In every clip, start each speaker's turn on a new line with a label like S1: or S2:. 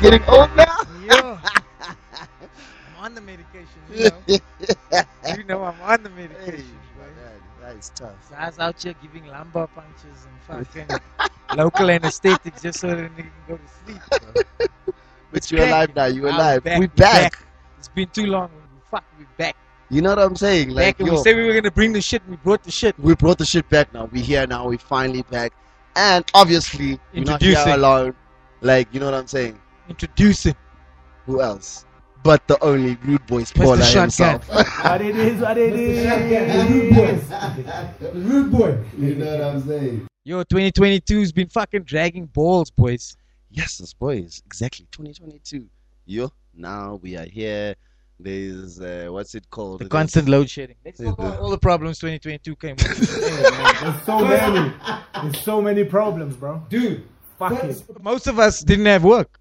S1: getting old now?
S2: Yeah. I'm on the medication, you know. you know I'm on the
S1: Hey,
S2: medication,
S1: my
S2: right?
S1: man, that is tough.
S2: Guys out here giving lumbar punches and fucking local anesthetics just so that they can go to sleep. bro.
S1: But you're
S2: back.
S1: alive now. You're
S2: I'm
S1: alive.
S2: back,
S1: We're
S2: we're
S1: back.
S2: It's been too long. We fuck, we back.
S1: You know what I'm saying? Like,
S2: back and
S1: yo,
S2: we said we were gonna bring the shit. We brought the shit.
S1: we brought the shit back now. We're here now. We're finally back. And obviously, we're not here
S2: Introducing.
S1: alone. Like, you know what I'm saying?
S2: Introducing
S1: Who else? But the only rude boys,
S2: Mr.
S1: Paula
S2: Shotgun.
S1: himself.
S3: What it is, what it is. The rude boy.
S4: You know what I'm saying?
S2: yo, 2022's been fucking dragging balls, boys.
S1: yes, it's boys. Exactly. 2022. Yo, now we are here. There's, uh, what's it called?
S2: The
S1: There's-
S2: constant load shedding. Let's
S1: Yeah,
S2: talk about
S1: the-
S2: all the problems 2022 came with.
S3: There's so many. There's so many problems, bro.
S2: Dude,
S3: Fuck it.
S2: most of us didn't have work.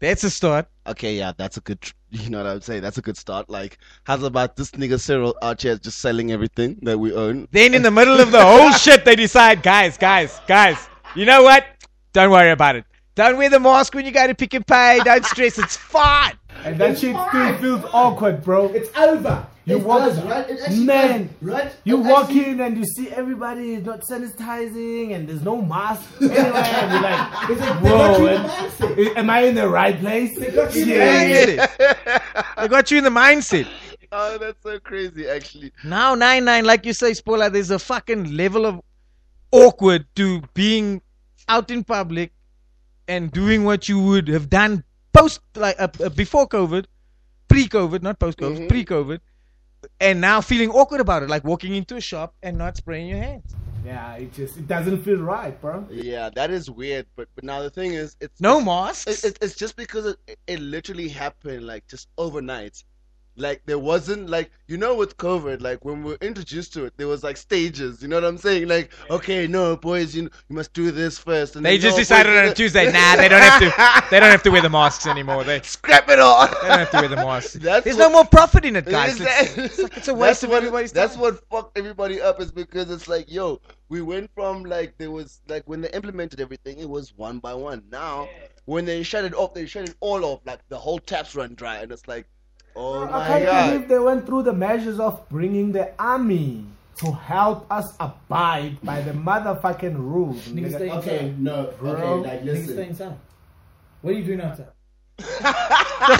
S2: That's a start.
S1: okay, yeah, that's a good, tr- you know what I'm saying? That's a good start. Like, how's about this nigga Cyril out here just selling everything that we own?
S2: Then in the middle of the whole shit, they decide, guys, guys, guys, you know what? Don't worry about it. Don't wear the mask when you go to pick and pay. Don't stress. It's fine.
S3: And that shit still feels awkward, bro.
S4: It's over.
S3: You
S4: it
S3: walk-
S4: does, right? It actually
S3: Man,
S4: does, right?
S3: You
S4: It
S3: walk
S4: actually-
S3: in and you see everybody is not sanitizing and there's no mask anywhere. And you're like,
S4: It's like they got
S3: whoa,
S4: you in the
S3: am-
S4: mindset.
S3: am I in the right place? They
S4: got you in the
S2: I get it. I got you in the mindset.
S1: Oh, that's so crazy, actually.
S2: Now, 9 9, like you say, spoiler, there's a fucking level of awkward to being out in public and doing what you would have done post, like uh, uh, before COVID, pre COVID, not post COVID,
S1: Mhm.
S2: pre COVID, and now feeling awkward about it, like walking into a shop and not spraying your hands.
S3: Yeah, it just it doesn't feel right, bro.
S1: Yeah, that is weird. But but now the thing is, it's
S2: No
S1: it's,
S2: masks.
S1: It, it, it's just because it, it- it literally happened like just overnight. Like there wasn't like you know with COVID, like when we were introduced to it, there was like stages. You know what I'm saying? Like okay, no boys, you you must do this first. And
S2: they
S1: then,
S2: just
S1: no,
S2: decided
S1: boys,
S2: on
S1: you
S2: a
S1: know-
S2: Tuesday. Nah, they don't have to. They don't have to wear the masks anymore. They, they
S1: Scrap it all.
S2: don't have to wear the masks.
S1: That's
S2: There's
S1: what-
S2: no more profit in it, guys.
S1: Exactly.
S2: It's, it's like it's a waste
S1: that's
S2: of
S1: what,
S2: everybody's time.
S1: That's what fucked everybody up is because it's like, yo, we went from like there was like when they implemented everything, it was one by one. Now when they shut it off, they shut it all off, like the whole taps run dry, and it's like, oh
S3: I
S1: my
S3: can't
S1: god.
S3: believe they went through the measures of bringing the army to help us abide by the motherfucking rules. nigga.
S4: Okay, no,
S3: Bro.
S4: okay, like listen.
S5: inside. What are you doing outside?
S2: the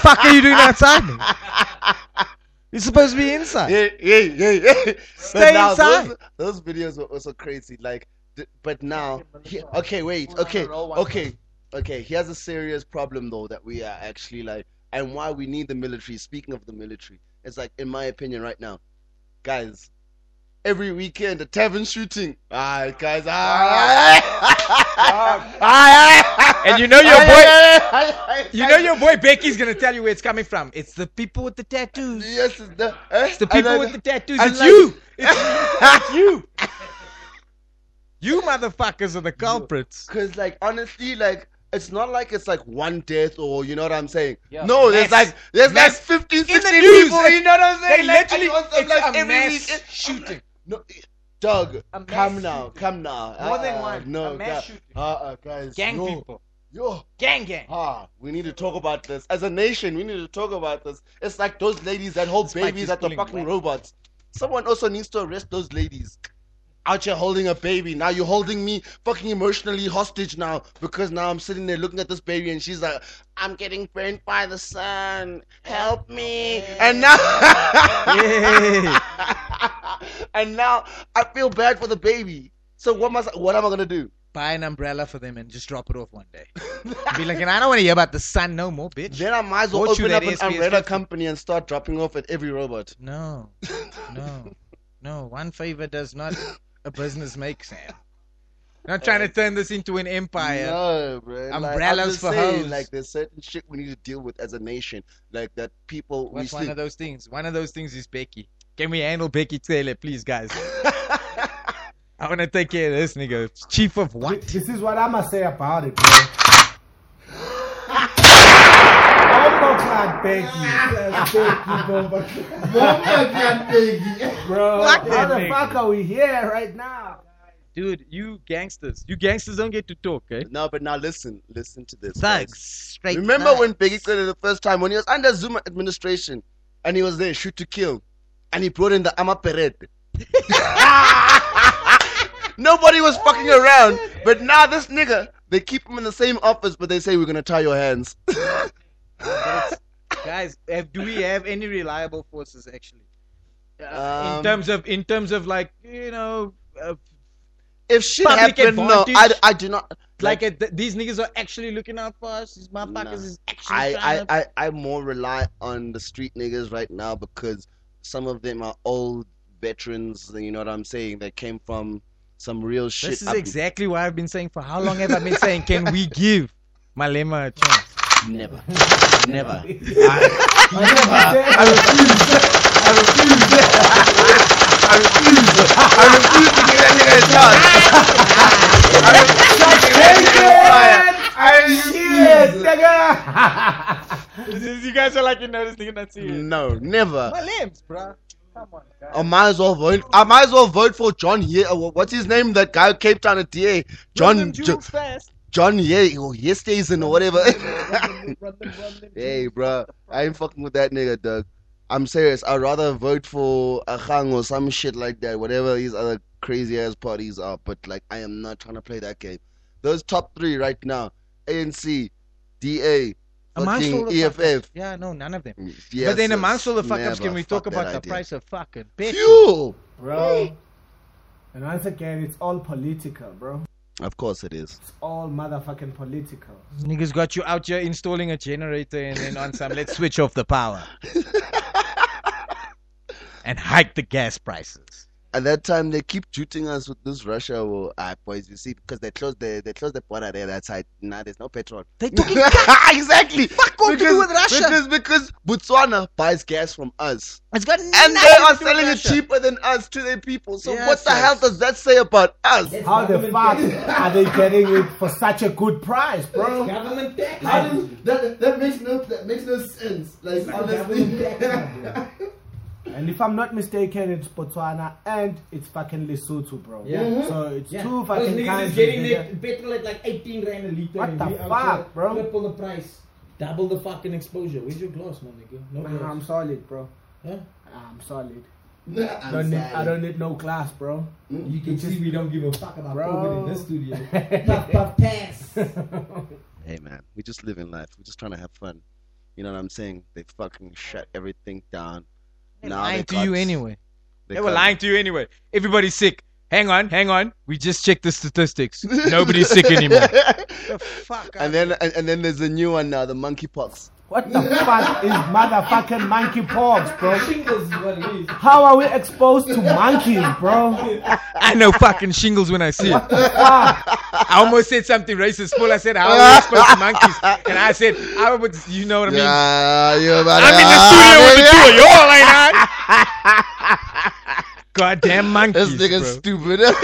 S2: fuck are you doing outside? man? You're supposed to be inside.
S1: Yeah, yeah, yeah, yeah.
S2: Stay
S1: now
S2: inside.
S1: Those, those videos were also crazy. Like, th- but now, he- okay, wait, okay, okay, okay. Here's a serious problem though that we are actually like, and why we need the military. Speaking of the military, it's like, in my opinion, right now, guys. Every weekend, a tavern shooting. Ah, guys, ah,
S2: And you know your boy,
S1: boy.
S2: you know your boy Becky's gonna tell you where it's coming from. It's the people with the tattoos.
S1: Yes, it's the, eh?
S2: It's the
S1: And
S2: people
S1: then-
S2: with the tattoos.
S1: and
S2: It's
S1: like-
S2: you. It's, it's you. You motherfuckers are the culprits.
S1: Cause like honestly, like it's not like it's like one death or you know what I'm saying.
S5: Yeah.
S1: No, there's
S2: Mass.
S1: like there's
S2: Mass.
S1: like 15,
S2: In the
S1: 16
S2: news,
S1: people.
S2: it-
S1: You know what I'm saying?
S2: They
S1: Like,
S2: literally,
S1: and also,
S2: it's
S1: like,
S2: a
S1: every
S2: mass
S1: week- it-
S2: shooting.
S1: No, Doug,
S2: A
S1: come
S2: mass
S1: now, come now.
S2: More than
S1: Uh-uh,
S2: one.
S1: No,
S2: A mass
S1: gu-
S2: shooting.
S1: Uh-uh, guys.
S2: Gang
S1: no.
S2: people.
S1: Yo,
S2: Gang gang.
S1: ah, we need to talk about this as a nation. We need to talk about this. It's like those ladies that hold
S2: Spike
S1: babies
S2: is
S1: at the
S2: pulling
S1: fucking
S2: whack.
S1: robots. Someone also needs to arrest those ladies. Out here holding a baby. Now you're holding me fucking emotionally hostage now because now I'm sitting there looking at this baby and she's like, I'm getting burnt by the sun. Help me. And now.
S2: Yeah.
S1: and now I feel bad for the baby. So what must what am I gonna do?
S2: Buy an umbrella for them and just drop it off one day. Be like, and I don't want to hear about the sun no more, bitch.
S1: Then I might as well
S2: Bought you
S1: open
S2: that
S1: up an
S2: SPS
S1: umbrella
S2: 50.
S1: company and start dropping off at every robot.
S2: No, no, no. One favor does not a business make, Sam. Not trying to turn this into an empire.
S1: No, bro. Like, I'm
S2: Umbrellas
S1: just
S2: for
S1: saying,
S2: hoes.
S1: Like there's certain shit we need to deal with as a nation. Like that people
S2: What's
S1: we
S2: one of those things? One of those things is Becky. Can we handle Becky Taylor, please, guys? I want to take care of this nigga. Chief of what?
S3: This is what I'ma say about it, bro. Bombo clad Becky.
S4: Mama can't take it.
S3: Bro,
S2: Fuck
S3: how
S2: that
S3: the
S2: nigga.
S3: fuck are we here right now?
S2: Dude, you gangsters. You gangsters don't get to talk, eh?
S1: No, but now listen, listen to this. guys.
S2: Thugs. Straight
S1: Remember
S2: thugs.
S1: when Biggie did it the first time when he was under Zuma administration and he was there shoot to kill, and he brought in the Amaperet. Nobody was fucking around, but now this nigga, they keep him in the same office, but they say we're gonna tie your hands.
S2: Guys, have, do we have any reliable forces actually? in
S1: Um,
S2: terms of in terms of like, you know, uh,
S1: if shit
S2: public
S1: happened, no, I,
S2: advantage.
S1: I do not
S2: like uh, th- these niggas are actually looking out for us. These motherfuckers
S1: Nah.
S2: is actually
S1: I,
S2: trying to-
S1: I, I, I more rely on the street niggas right now because some of them are old veterans, you know what I'm saying, that came from some real shit.
S2: This is
S1: up-
S2: exactly what I've been saying for how long have I been saying? Can we give Malema a chance?
S1: Never. Never.
S3: I Shit, nigga.
S2: you guys are like, you know, this nigga not serious.
S1: No, never.
S2: My limbs, bro. Come on, guys.
S1: I might as well vote. I might as well vote for John here. What's his name? That guy who Cape Town at DA. John Jo-
S2: fast.
S1: John Ye or Yestazen or whatever.
S5: Run them, run them, run them.
S1: hey, bruh. I ain't fucking with that nigga, Doug. I'm serious. I'd rather vote for Akang or some shit like that. Whatever these other crazy ass parties are, but like I am not trying to play that game. Those top three right now: ANC, DA,
S2: Amongst all
S1: fucking
S2: the
S1: EFF.
S2: fuck- Yeah, no, none of them.
S1: Yes,
S2: but then
S1: yes.
S2: amongst all the fuck ups,
S1: Never.
S2: can we
S1: Fuck
S2: talk
S1: that
S2: about the
S1: idea.
S2: price of fucking petrol?
S1: Fuel.
S3: Bro. And once again, it's all political, bro.
S1: Of course it is.
S3: It's all motherfucking political.
S2: Niggas got you out here installing a generator and then on some, let's switch off the power. and hike the gas prices.
S1: At that time, they keep shooting us with this Russia war. Ah, boys, you see, because they closed the they closed the border there. That's side. Now there's no petrol.
S2: They took it
S1: exactly. Fuck
S2: all to do with Russia.
S1: Because because Botswana buys gas from us,
S2: It's got
S1: and they are selling it cheaper than us to their people. So
S2: Yeah,
S1: what the
S2: facts.
S1: hell does that say about us?
S3: How the fuck are they getting it for such a good price, bro?
S5: Government tax.
S4: How does- that, that makes no that makes no sense. Like honestly,
S5: government tax, my bro.
S3: And if I'm not mistaken, it's Botswana and it's fucking Lesotho, bro.
S5: Yeah. Mhm.
S3: So it's
S5: Yeah.
S3: two
S5: Those
S3: fucking
S5: niggas is
S3: countries.
S5: getting
S3: nigga.
S5: their petrol at like 18 rand a liter.
S3: What
S5: and
S3: the
S5: we out here
S3: fuck, bro?
S5: Triple the price. Double the fucking exposure. Where's your glass, my nigga? No
S3: Man, I'm
S5: glass.
S3: solid, bro.
S5: Huh?
S3: I'm solid.
S4: Nah,
S3: I
S4: I'm
S3: don't, need, I
S4: sorry.
S3: don't need no class, bro.
S5: You can see we don't give a fuck about
S3: Bro.
S5: COVID in this studio. puff, puff, pass.
S1: Hey man, we just living life. We're just trying to have fun. You know what I'm saying? They fucking shut everything down.
S2: They're
S1: Now
S2: lying
S1: they
S2: to
S1: got-
S2: you anyway. They, were
S1: got-
S2: lying to you anyway. Everybody's sick. Hang on, hang on. We just checked the statistics. Nobody's sick anymore. The fuck?
S1: And then and, and then there's a new one now, the monkeypox.
S3: What the fuck is motherfucking monkey paws, bro?
S5: Shingles is what it is.
S3: How are we exposed to monkeys, bro?
S2: I know fucking shingles when I see it.
S3: Fuck.
S2: I almost said something racist. Paul, I said, how are we exposed to monkeys? And I said, I would, you know what I mean?
S1: Yeah, you about
S2: I'm in the studio with the two of y'all, ain't I? Goddamn
S1: This
S2: monkeys,
S1: nigga's
S2: bro.
S1: stupid. Only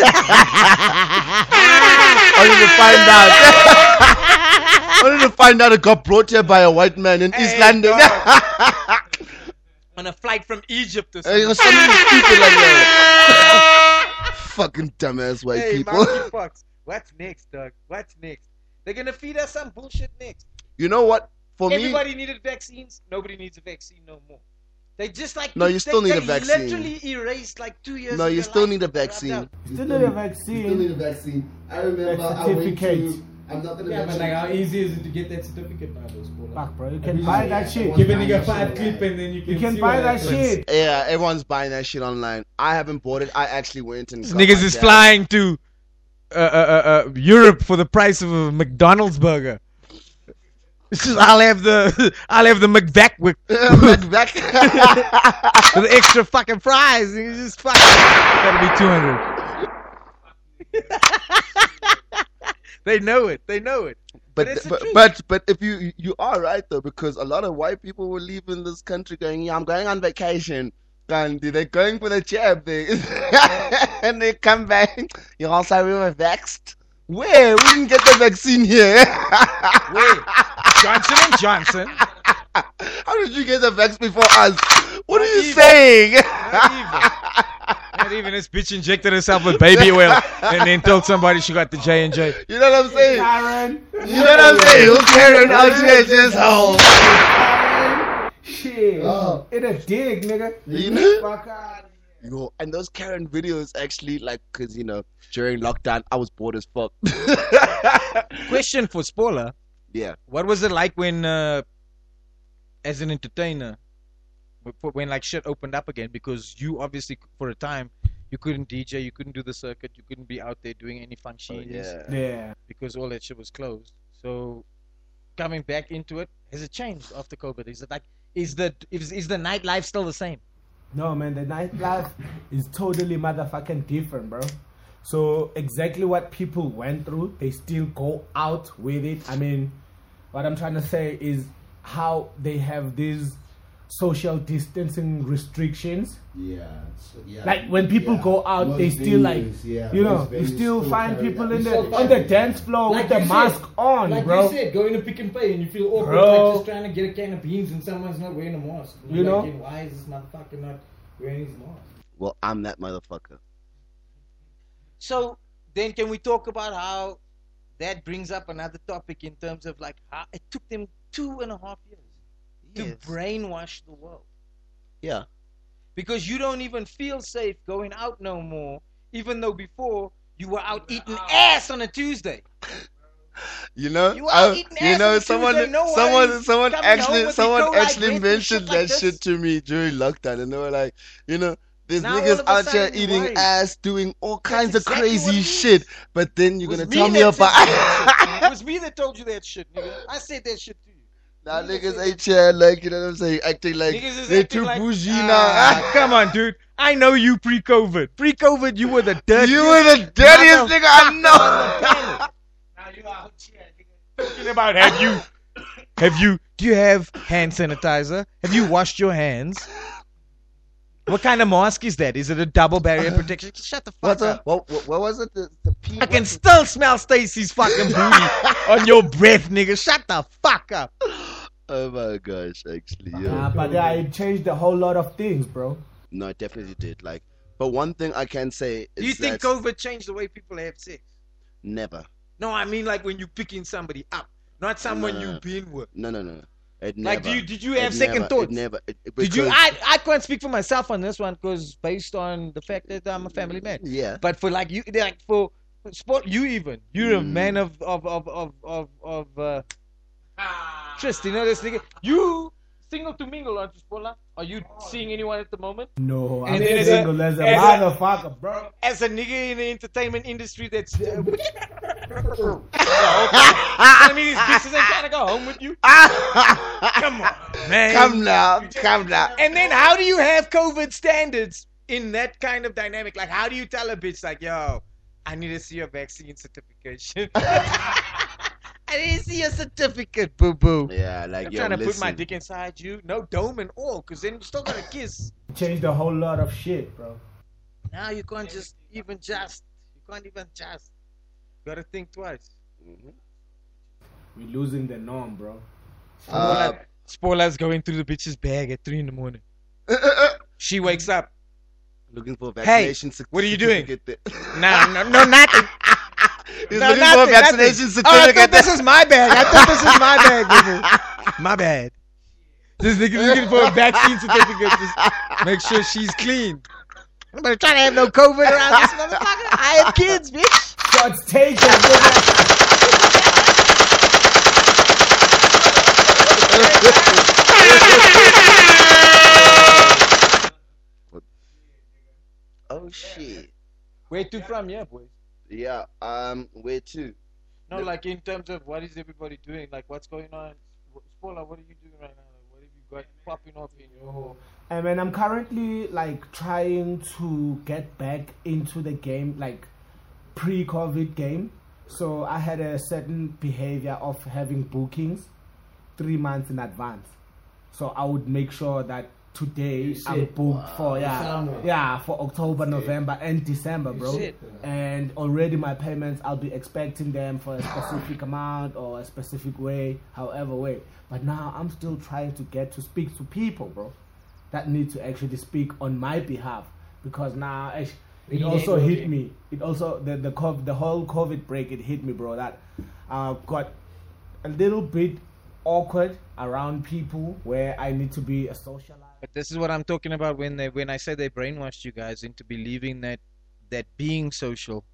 S1: to find out. Only to find out it got brought here by a white man in East
S2: Hey,
S1: London.
S2: dog. On a flight from Egypt or
S1: Hey,
S2: something.
S1: you're so stupid like that. Fucking dumbass white
S2: Hey,
S1: people.
S2: monkeypox. What's next, dog? What's next? They're gonna feed us some bullshit next.
S1: You know what? For me,
S2: Everybody needed vaccines. Nobody needs a vaccine no more. They just like
S1: No, you
S2: they-
S1: still need
S2: they
S1: a vaccine.
S2: Literally erased like two years.
S1: No,
S2: of
S1: you
S2: your
S1: still
S2: life
S1: need a
S2: that you rubbed
S1: vaccine.
S2: out.
S3: Still need a
S4: You still need a
S3: vaccine.
S4: vaccine. I remember
S3: That
S4: I went
S3: certificate.
S4: to. I'm not gonna
S5: Yeah, but
S4: mention.
S5: like, how easy is it to get that certificate now, those Paul?
S3: Fuck, bro. You can buy that shit.
S5: Give a nigga five clip and then you can
S3: You can
S5: see
S3: buy
S5: what
S3: that
S5: happens.
S3: shit.
S1: yeah, everyone's buying that shit online. I haven't bought it. I actually went and
S2: These
S1: got
S2: niggas
S1: my
S2: is
S1: dad.
S2: flying to uh, uh, uh, uh, Europe for the price of a McDonald's burger. It's just, I'll have the I'll have the McVac with, with
S1: Back-
S2: the extra fucking fries. And you just fucking that'll be two hundred. they know it. They know it. But
S1: but
S2: it's the
S1: but,
S2: truth.
S1: but but if you you are right though because a lot of white people were leaving this country going yeah I'm going on vacation and they're going for the jab thing and they come back you all say we were vexed where we didn't get the vaccine here
S2: Johnson and Johnson.
S1: how did you get the vax before us what are
S2: Not
S1: you
S2: even.
S1: saying
S2: Not even. As not even this bitch injected herself with baby oil and then told somebody she got the J and J.
S1: You know what I'm saying?
S3: Karen.
S1: You know what I'm saying? Who's Karen out here just home?
S3: Shit.
S4: Oh.
S3: It a dick, nigga.
S1: You know?
S3: Fuck out.
S1: Yo, and those Karen videos actually, like, because, you know, during lockdown, I was bored as fuck.
S2: Question for Spoiler.
S1: yeah.
S2: What was it like when, uh, as an entertainer, wh- when like shit opened up again? Because you obviously, for a time, you couldn't DJ, you couldn't do the circuit, you couldn't be out there doing any fun
S1: Oh,
S2: shit
S1: yeah.
S3: Yeah.
S2: because all that shit was closed. So coming back into it, has it changed after COVID? Is it like, is the is, is the nightlife still the same?
S3: No, man, the nightlife is totally motherfucking different, bro. So, exactly what people went through, they still go out with it. I mean, what I'm trying to say is how they have these social distancing restrictions.
S4: Yeah, so, yeah.
S3: Like, when people
S4: yeah.
S3: go out,
S4: Most
S3: they still, like,
S4: venues, yeah,
S3: you know,
S4: most
S3: you
S4: venues
S3: still find
S4: carry
S3: people
S4: that.
S3: in
S4: You
S3: the,
S4: still
S3: on
S4: find
S3: the
S4: it.
S3: dance floor with the
S5: you
S3: mask
S5: said,
S3: on,
S5: like
S3: bro.
S5: you said, going to pick and pay and you feel awkward,
S3: Bro.
S5: like just trying to get a can of beans and someone's not wearing a mask. And
S3: You
S5: you're
S3: know?
S5: like, "Yeah, why is this motherfucker not wearing his mask?
S1: Well, I'm that motherfucker.
S2: So then, can we talk about how that brings up another topic in terms of like how it took them two and a half years
S1: Yes.
S2: to brainwash the world
S1: Yeah.
S2: because you don't even feel safe going out no more, even though before you were out eating ass on a Tuesday.
S1: You know,
S2: You are
S1: I-
S2: eating
S1: you
S2: ass
S1: know,
S2: on
S1: someone,
S2: Tuesday, no
S1: someone,
S2: worries.
S1: someone
S2: Coming home
S1: actually,
S2: with
S1: someone
S2: E. coli,
S1: actually
S2: red meat,
S1: mentioned
S2: shit
S1: that
S2: like this.
S1: shit to me during lockdown, and they were like, you know, there's
S2: Now all
S1: niggas
S2: of a
S1: out here
S2: sudden you
S1: eating
S2: worried.
S1: ass, doing all kinds of
S2: exactly what
S1: crazy
S2: it is.
S1: shit, but then you're
S2: Was
S1: gonna tell me
S2: that
S1: about
S2: said that shit. It was me that told you that shit, nigga. I said that shit to you.
S1: now
S2: me that
S1: niggas
S2: said
S1: ain't here, like you know what I'm saying, acting like
S2: Niggas is
S1: they're
S2: acting
S1: too
S2: like-
S1: bougie
S2: Ah,
S1: now.
S2: come on, dude. I know you pre-COVID. Pre-COVID, you were the dirtiest.
S1: You were the dirtiest nigga I know.
S2: talking about have you have you do you have hand sanitizer have you washed your hands what kind of mask is that is it a double barrier protection shut the fuck
S1: What's
S2: up
S1: up? What, what, what was it? The, the P.
S2: I can
S1: what's it?
S2: still smell Stacy's fucking booty on your breath, nigga. Shut the fuck up.
S1: Oh my gosh, actually, yeah.
S2: Ah,
S3: Nah, but yeah, it changed a whole lot of things, bro.
S1: No, it definitely did. Like, but one thing I can say is
S2: Do you think
S1: that
S2: COVID changed the way people have sex?
S1: never.
S2: No, I mean like when you picking somebody up, not someone
S1: no, no.
S2: you've been with.
S1: No, no, no. no. It never.
S2: Like, do you, did you
S1: It
S2: have second
S1: never- it
S2: thoughts?
S1: never. It, it-
S2: Did you?
S1: because-
S2: I, I can't speak for myself on this one because based on the fact that I'm a family man.
S1: Yeah.
S2: But for like you, like for for sport, you even you're a
S1: Mm.
S2: man of of of of of, of uh, trust. You know this nigga. You single to mingle, aren't you, Spola? Are you seeing anyone at the moment?
S3: No, I'm
S2: And then as a-
S3: single as a
S2: as a-
S3: motherfucker, bro.
S2: As a nigga in the entertainment industry, that's. Uh, I mean, these bitches ain't trying to go home with you. Come on, man.
S1: Come now, come now.
S2: And then how do you have COVID standards in that kind of dynamic? Like, how do you tell a bitch, like, yo, I need to see your vaccine certification? I need to see your certificate, boo boo.
S1: Yeah, like
S2: I'm
S1: yo,
S2: trying to put my
S1: listen.
S2: dick inside you. No dome and all, because then you're still going to kiss.
S3: changed a whole lot of shit, bro.
S2: Now you can't just even just. You can't even just. You got to think twice.
S1: Mhm.
S3: We're losing the norm, bro.
S1: Uh,
S2: Spoilers going through the bitch's bag at 3 in the morning. She wakes up.
S1: looking for
S2: Hey,
S1: vaccination. cer-
S2: what are you doing?
S1: certificate there.
S2: Nah, no, no, nothing.
S1: He's
S2: No,
S1: looking for
S2: nothing, nothing.
S1: vaccination
S2: Oh, I
S1: certificate.
S2: thought this is my bag. I thought this is my bag. nigga. My bad. This nigga looking for a vaccine certificate. Just make sure she's clean. I'm trying to have no COVID around this motherfucker. I have kids, bitch.
S3: Shots taken, nigga.
S1: oh shit.
S2: Where to from, yeah, boys?
S1: Yeah. Um. Where to?
S2: No, like in terms of what is everybody doing? Like what's going on? Spoiler, what are you doing right now? Like, what have you got popping off in your?
S3: I mean, I'm currently like trying to get back into the game, like pre-COVID game. So I had a certain behavior of having bookings three months in advance. So I would make sure that today I'm
S5: shit.
S3: booked for yeah,
S5: Sound.
S3: yeah, for October, November, and December, bro.
S5: shit.
S3: And already my payments, I'll be expecting them for a specific amount or a specific way, however way. But now I'm still trying to get to speak to people, bro, that need to actually speak on my behalf. because now eh, it
S5: Yeah,
S3: also
S5: okay.
S3: hit me. It also the the cov- the whole COVID break it hit me, bro. That I got a little bit awkward around people where I need to be a socialite.
S2: But this is what I'm talking about when they when I say they brainwashed you guys into believing that that being social.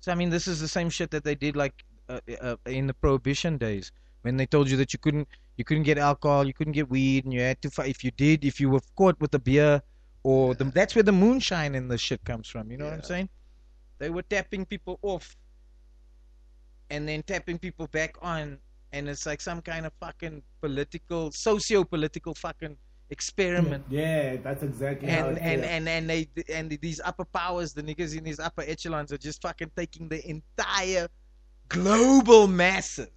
S2: So I mean, this is the same shit that they did like uh, uh, in the prohibition days when they told you that you couldn't you couldn't get alcohol, you couldn't get weed, and you had to fight. If you did, if you were caught with a beer, or the, that's where the moonshine and the shit comes from. You know what I'm
S1: Yeah.
S2: saying? They were tapping people off, and then tapping people back on, and it's like some kind of fucking political, socio-political fucking experiment.
S3: Yeah, that's exactly how
S2: And
S3: it
S2: and,
S3: feels.
S2: and and they and these upper powers, the niggas in these upper echelons are just fucking taking the entire global masses.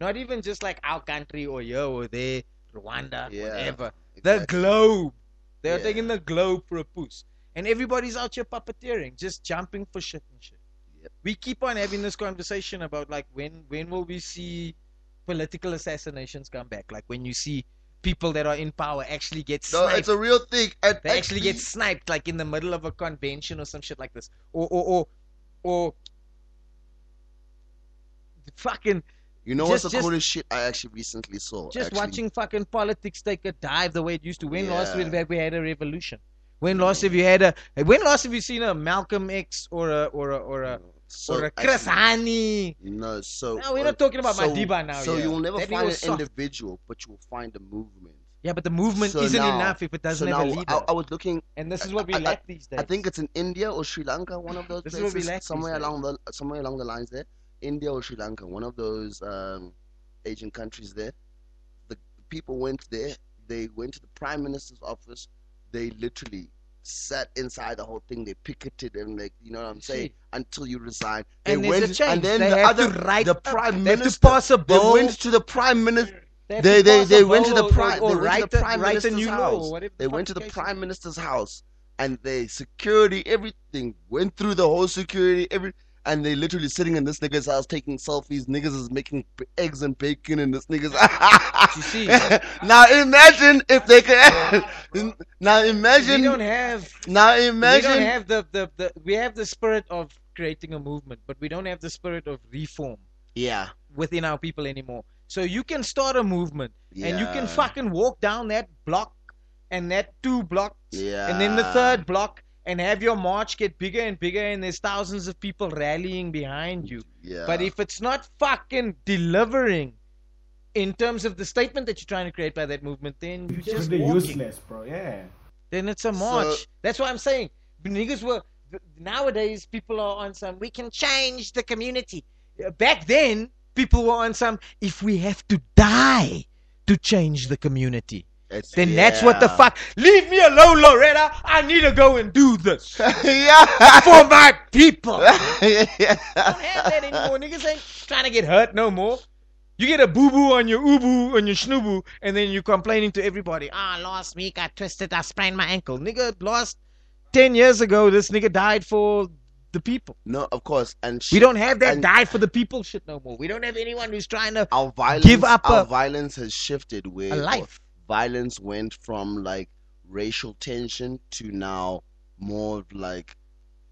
S2: Not even just like our country or here or there, Rwanda,
S1: Yeah,
S2: whatever. The
S1: Exactly.
S2: globe. They're
S1: Yeah.
S2: taking the globe for a poos. And everybody's out here puppeteering, just jumping for shit and shit.
S1: Yep.
S2: We keep on having this conversation about like when when will we see political assassinations come back? Like when you see people that are in power actually get
S1: No,
S2: sniped
S1: it's a real thing. And
S2: they actually get sniped like in the middle of a convention or some shit like this. Or or or, or fucking
S1: You know
S2: just-
S1: what's the
S2: just-
S1: coolest shit I actually recently saw?
S2: just
S1: actually?
S2: watching fucking politics take a dive the way it used to. When last we
S1: Yeah.
S2: had, we had a revolution? When last have you had a when last have you seen a Malcolm X or a or a or a
S1: So
S2: or a Chris
S1: actually-
S2: Hani?
S1: No, so
S2: No, we're
S1: uh,
S2: not talking about
S1: so,
S2: Madiba now,
S1: So
S2: yeah.
S1: you will never
S2: That nigga
S1: find an
S2: was soft.
S1: individual, but you will find a movement.
S2: Yeah, but the movement
S1: So
S2: isn't
S1: now-
S2: enough if it doesn't
S1: so
S2: have
S1: now
S2: a leader.
S1: I, I was looking.
S2: and this is what we
S1: I- I-
S2: lack these days.
S1: I think it's in India or Sri Lanka, one of those
S2: This is what we
S1: places,
S2: lack these
S1: somewhere
S2: days.
S1: along the somewhere along the lines there. India or Sri Lanka, one of those um, Asian countries there. The people went there. They went to the prime minister's office. They literally sat inside the whole thing. They picketed and like you know what I'm saying
S2: See.
S1: until you resign. They
S2: and
S1: went
S2: there's a change.
S1: and then
S2: they
S1: the
S2: have
S1: other
S2: to write
S1: the
S2: up-
S1: prime
S2: they have to
S1: minister.
S2: pass a
S1: They
S2: bill.
S1: went to the prime minister.
S2: have
S1: They
S2: to
S1: they
S2: pass
S1: they
S2: a
S1: went to
S2: bill
S1: the
S2: or-
S1: prime.
S2: or
S1: they went to
S2: write
S1: the
S2: a-
S1: prime
S2: write a
S1: minister's
S2: new law or
S1: house.
S2: whatever the
S1: they went to
S2: fuck
S1: the
S2: case
S1: prime
S2: is.
S1: minister's house, and they security everything went through the whole security every. And they literally sitting in this nigga's house taking selfies. Niggas is making b- eggs and bacon in this nigga's.
S2: You see?
S1: now imagine if they can. now
S2: we don't
S1: imagine.
S2: have
S1: Now
S2: we
S1: imagine.
S2: don't have the, the, the we have the spirit of creating a movement, but we don't have the spirit of reform
S1: yeah.
S2: within our people anymore. So you can start a movement and you can
S1: Yeah.
S2: fucking walk down that block and that two blocks and then the
S1: Yeah.
S2: third block and have your march get bigger and bigger and there's thousands of people rallying behind you.
S1: Yeah.
S2: But if it's not fucking delivering in terms of the statement that you're trying to create by that movement, then you just
S3: Pretty
S2: walking.
S3: useless, bro. Yeah.
S2: Then it's a march. That's what I'm saying. Niggas were nowadays people are on some we can change the community. Uh, Back then people were on some if we have to die to change the community.
S1: It's-
S2: Then that's what the
S1: yeah.
S2: fuck. Leave me alone, Loretta. I need to go and do this
S1: yeah.
S2: for my people.
S1: yeah.
S2: don't have that anymore. Niggas ain't trying to get hurt no more. You get a boo boo on your ubu on your schnubu, and then you're complaining to everybody. Ah, last week I twisted, I sprained my ankle. Nigga, last 10 years ago, this nigga died for the people.
S1: No, of course. And
S2: We
S1: shit,
S2: don't have that
S1: And-
S2: die for the people shit no more. We don't have anyone who's trying to.
S1: our violence,
S2: give up
S1: our
S2: a-
S1: violence has shifted where
S2: A life.
S1: violence went from like racial tension to now more of like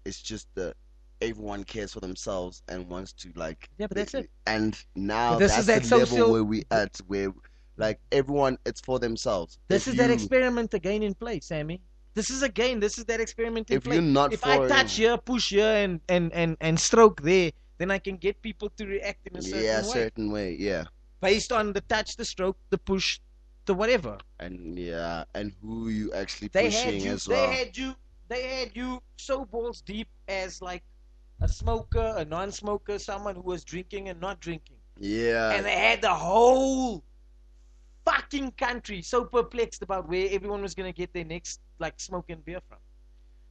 S1: it's just the everyone cares for themselves and wants to like
S2: Yeah, but that's it.
S1: and now
S2: But this
S1: that's
S2: is
S1: the
S2: that social-
S1: level where we at where like everyone it's for themselves
S2: This
S1: If
S2: is that
S1: you-
S2: experiment again in play, Sammy. This is again, this is that experiment in
S1: if
S2: play.
S1: you're not
S2: if
S1: for
S2: I touch here, push here, and, and, and, and stroke there, then I can get people to react in a certain
S1: yeah
S2: way.
S1: certain way yeah
S2: based on the touch, the stroke, the push, the whatever.
S1: and yeah and who you actually
S2: They had
S1: pushing
S2: you.
S1: as
S2: they
S1: well
S2: had you. They had you so balls deep as like a smoker, a non-smoker, someone who was drinking and not drinking,
S1: yeah
S2: and they had the whole fucking country so perplexed about where everyone was gonna get their next like smoke and beer from.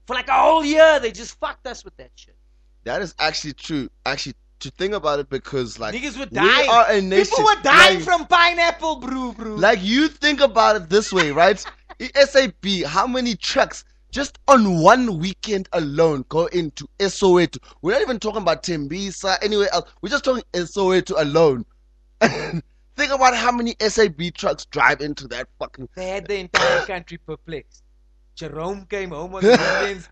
S2: For like a whole year, they just fucked us with that shit.
S1: that is actually true actually to think about it because like
S2: Niggas were
S1: we
S2: dying.
S1: are a nation
S2: People were dying
S1: like-
S2: from pineapple brew, brew.
S1: Like you think about it this way, right? E SAP, how many trucks just on one weekend alone go into Soweto? We're not even talking about Tembisa, anywhere else. We're just talking Soweto alone. think about how many SAB trucks drive into that fucking.
S2: they had the entire country perplexed. Jerome came home on the weekends.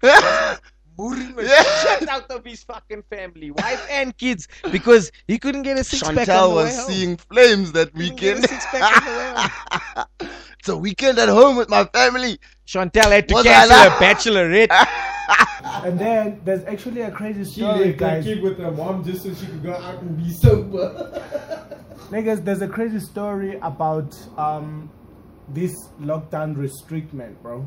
S2: Mooring was shut out of his fucking family, wife and kids, because he couldn't get a six pack on
S6: Chantal
S2: the way
S6: was
S2: home.
S6: seeing flames that
S2: Couldn't get a
S6: weekend.
S2: six-pack on the way home.
S6: it's a weekend at home with my family.
S2: Chantal had to
S6: Was I
S2: cancel
S6: allowed-
S2: her bachelorette.
S3: And then there's actually a crazy
S5: She
S3: story,
S5: left that
S3: guys.
S5: kid with her mom just so she could go out and be sober.
S3: Niggas, there's a crazy story about um this lockdown restrictment, bro.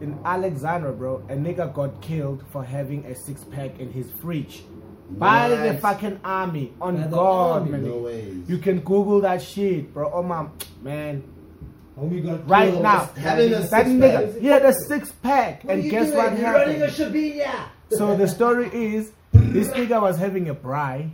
S3: In Alexandra, bro, a nigga got killed for having a six pack in his fridge. By the
S1: Nice.
S3: fucking army. On
S5: By the
S3: God,
S5: army,
S3: man.
S1: No ways.
S3: You can Google that shit, bro. Oh my man.
S5: Homie got
S3: Right
S5: killed.
S3: now.
S1: having a
S3: that
S1: six
S3: nigga,
S1: pack.
S3: he had a six pack.
S5: are
S3: and
S5: you
S3: guess
S5: doing?
S3: what
S5: You're
S3: happened?
S5: running a Shabia.
S3: So the story is this nigga was having a braai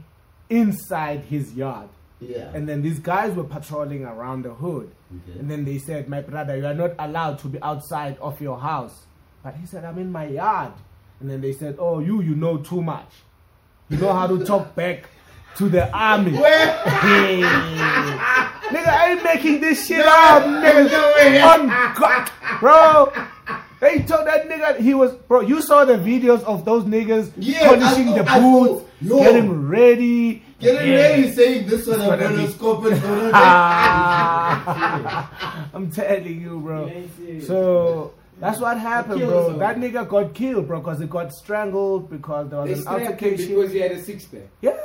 S3: inside his yard.
S1: Yeah.
S3: And then these guys were patrolling around the hood.
S1: Okay.
S3: And then they said, My brother, you are not allowed to be outside of your house. But he said, I'm in my yard. And then they said, Oh, you, you know too much. You know how to talk back to the army. Hey. nigga, I ain't making this shit up, nigga. On God, bro. They told that nigga he was bro. You saw the videos of those niggas
S1: Yeah,
S3: polishing
S1: I
S3: the
S1: saw- I saw.
S3: boots,
S1: Yo.
S3: getting ready.
S1: Getting
S3: Yeah.
S1: ready, saying this one, I'm
S3: what I
S1: gonna
S3: mean.
S1: scope it.
S3: Ah. I'm telling you, bro.
S5: You ain't serious.
S3: So that's what happened,
S5: killed
S3: bro.
S5: someone.
S3: That nigga got killed, bro, because he got strangled because there was
S5: They
S3: an
S5: slapped him
S3: altercation.
S5: because he had a six pack.
S3: Yeah.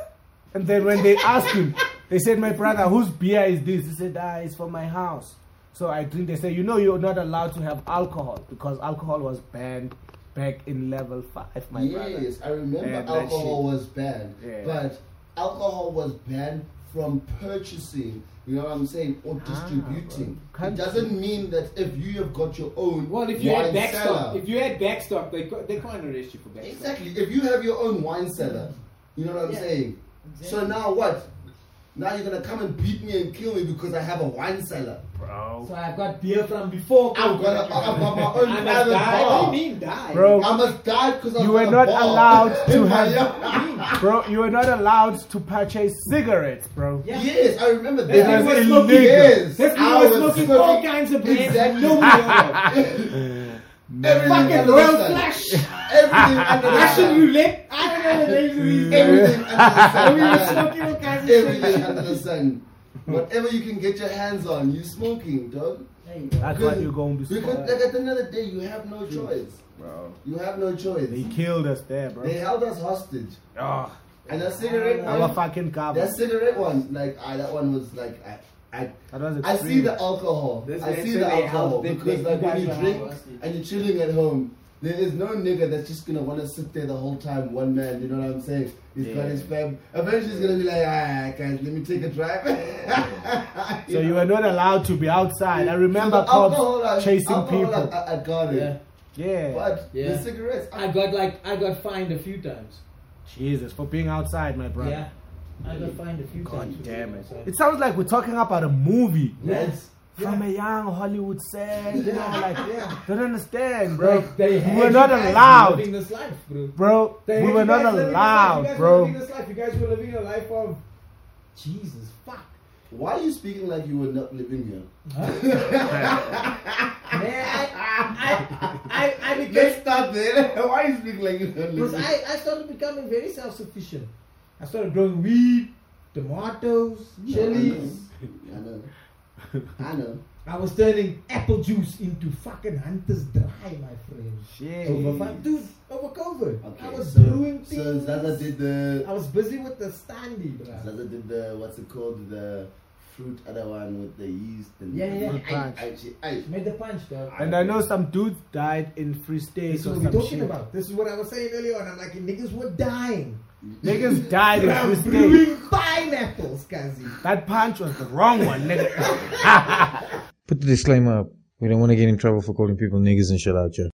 S3: And then when they asked him, they said, My brother, whose beer is this? He said, Ah, it's for my house. So I drink. They said, You know, you're not allowed to have alcohol because alcohol was banned back in level five, my brother.
S1: Yes, I remember
S3: Yeah, that
S1: alcohol was banned,
S3: Yeah.
S1: but alcohol was banned from purchasing. You know what I'm saying, or
S2: Ah.
S1: distributing.
S3: Can't-
S1: it doesn't mean that if you have got your own
S5: Well, if you
S1: wine
S5: had backstop,
S1: cellar,
S5: if you had backstop, they ca- they can't arrest you for backstop.
S1: exactly, if you have your own wine cellar, you know what I'm
S5: Yeah,
S1: saying. So now what? Now you're gonna come and beat me and kill me because I have a wine cellar.
S5: So I've got beer from before.
S1: I've got, a, I've got my own
S5: I must
S1: private
S5: die.
S1: bar.
S5: What do you mean die?
S3: Bro,
S1: I must die because
S3: You were not allowed to have- Bro, you were not allowed to purchase cigaretes, bro.
S5: Yeah.
S1: Yes, I remember that.
S5: This
S3: was
S1: I was
S3: illegal.
S1: smoking- Yes,
S5: This
S1: I
S5: man was smoking all kinds of brands.
S1: Exactly.
S5: No, we don't.
S1: Everything
S5: Fucking
S1: under the
S5: Royal
S1: sun.
S5: Flash.
S1: Everything under the
S5: Russian
S1: sun.
S5: roulette. I don't know the names of these. things.
S1: Everything
S5: And
S1: under
S5: we were
S1: the sun.
S5: smoking all kinds of shit.
S1: Everything under the sun. Whatever you can get your hands on, you smoking, dog.
S3: That's what you're going to be
S1: Because
S3: smoking.
S1: like at the end of the day, you have no choice.
S3: Bro.
S1: You have no choice.
S3: They killed us there,
S1: They
S3: bro.
S1: held us hostage.
S3: Oh,
S1: And that cigarette,
S3: our
S1: one,
S3: fucking government.
S1: that cigarette one, like I, that one was like I, I
S3: That was
S1: I see
S3: extreme.
S1: the alcohol.
S5: This
S1: I
S5: man
S1: see
S5: said
S1: the
S5: they
S1: alcohol
S5: helped them
S1: because
S5: make
S1: like
S5: you
S1: when
S5: guys
S1: you
S5: were
S1: drink
S5: hostage.
S1: and you're chilling at home, there is no nigga that's just gonna want to sit there the whole time. One man, you know what I'm saying? He's got his fam. Eventually, he's gonna be like, ah, guys, let me take a drive.
S3: So you were not allowed to be outside. I remember
S1: So the alcohol, I-
S3: cops chasing
S1: alcohol,
S3: people.
S1: I, I got it,
S5: Yeah.
S3: Yeah.
S1: but
S5: Yeah.
S1: the cigarettes.
S5: I got like I got fined a few times.
S3: Jesus, for being outside, my brother.
S5: Yeah, I got fined a few times.
S3: God damn it.
S5: So-
S3: It sounds like we're talking about a movie.
S5: Yes.
S3: From a young Hollywood set, you know, like,
S5: Yeah.
S3: don't understand, bro.
S5: Like, they had
S3: we were
S5: you
S3: not
S5: guys
S3: allowed,
S5: Living this life, bro.
S3: bro.
S5: They
S3: We
S5: had
S3: were
S5: you
S3: not
S5: guys living this life. You
S3: allowed,
S5: guys were living
S3: bro.
S5: this life. You guys were living a life of Jesus fuck.
S1: Why are you speaking like you were not living here?
S5: Man, I I I, I
S1: Let's
S5: became
S1: stop there. Why are you speaking like you were not
S5: because
S1: living? here?
S5: I, I started becoming very self sufficient. I started growing weed, tomatoes, chilies.
S1: I know. I know.
S5: I was turning apple juice into fucking Hunter's Dry, my friend.
S3: Shit.
S5: Over fi- dude, over COVID. I
S1: Okay,
S5: was
S1: so,
S5: brewing things.
S1: so Zaza did the
S5: I was busy with the standy, bro.
S1: Zaza did the what's it called the fruit other one with the yeast and
S5: Yeah, yeah,
S3: yeah.
S1: Aye, aye, shit, aye.
S5: Made the punch, dog.
S3: And I know some dude died in Free State
S5: This is
S3: or
S5: what we're
S3: some
S5: talking
S3: shit.
S5: about. This is what I was saying earlier on. I'm like, niggas were dying.
S3: Niggas died
S5: From
S3: in Free State.
S5: brewing pineapples, Kazi.
S3: That punch was the wrong one, nigga.
S7: put the disclaimer up. We don't want to get in trouble for calling people niggas and shit out here.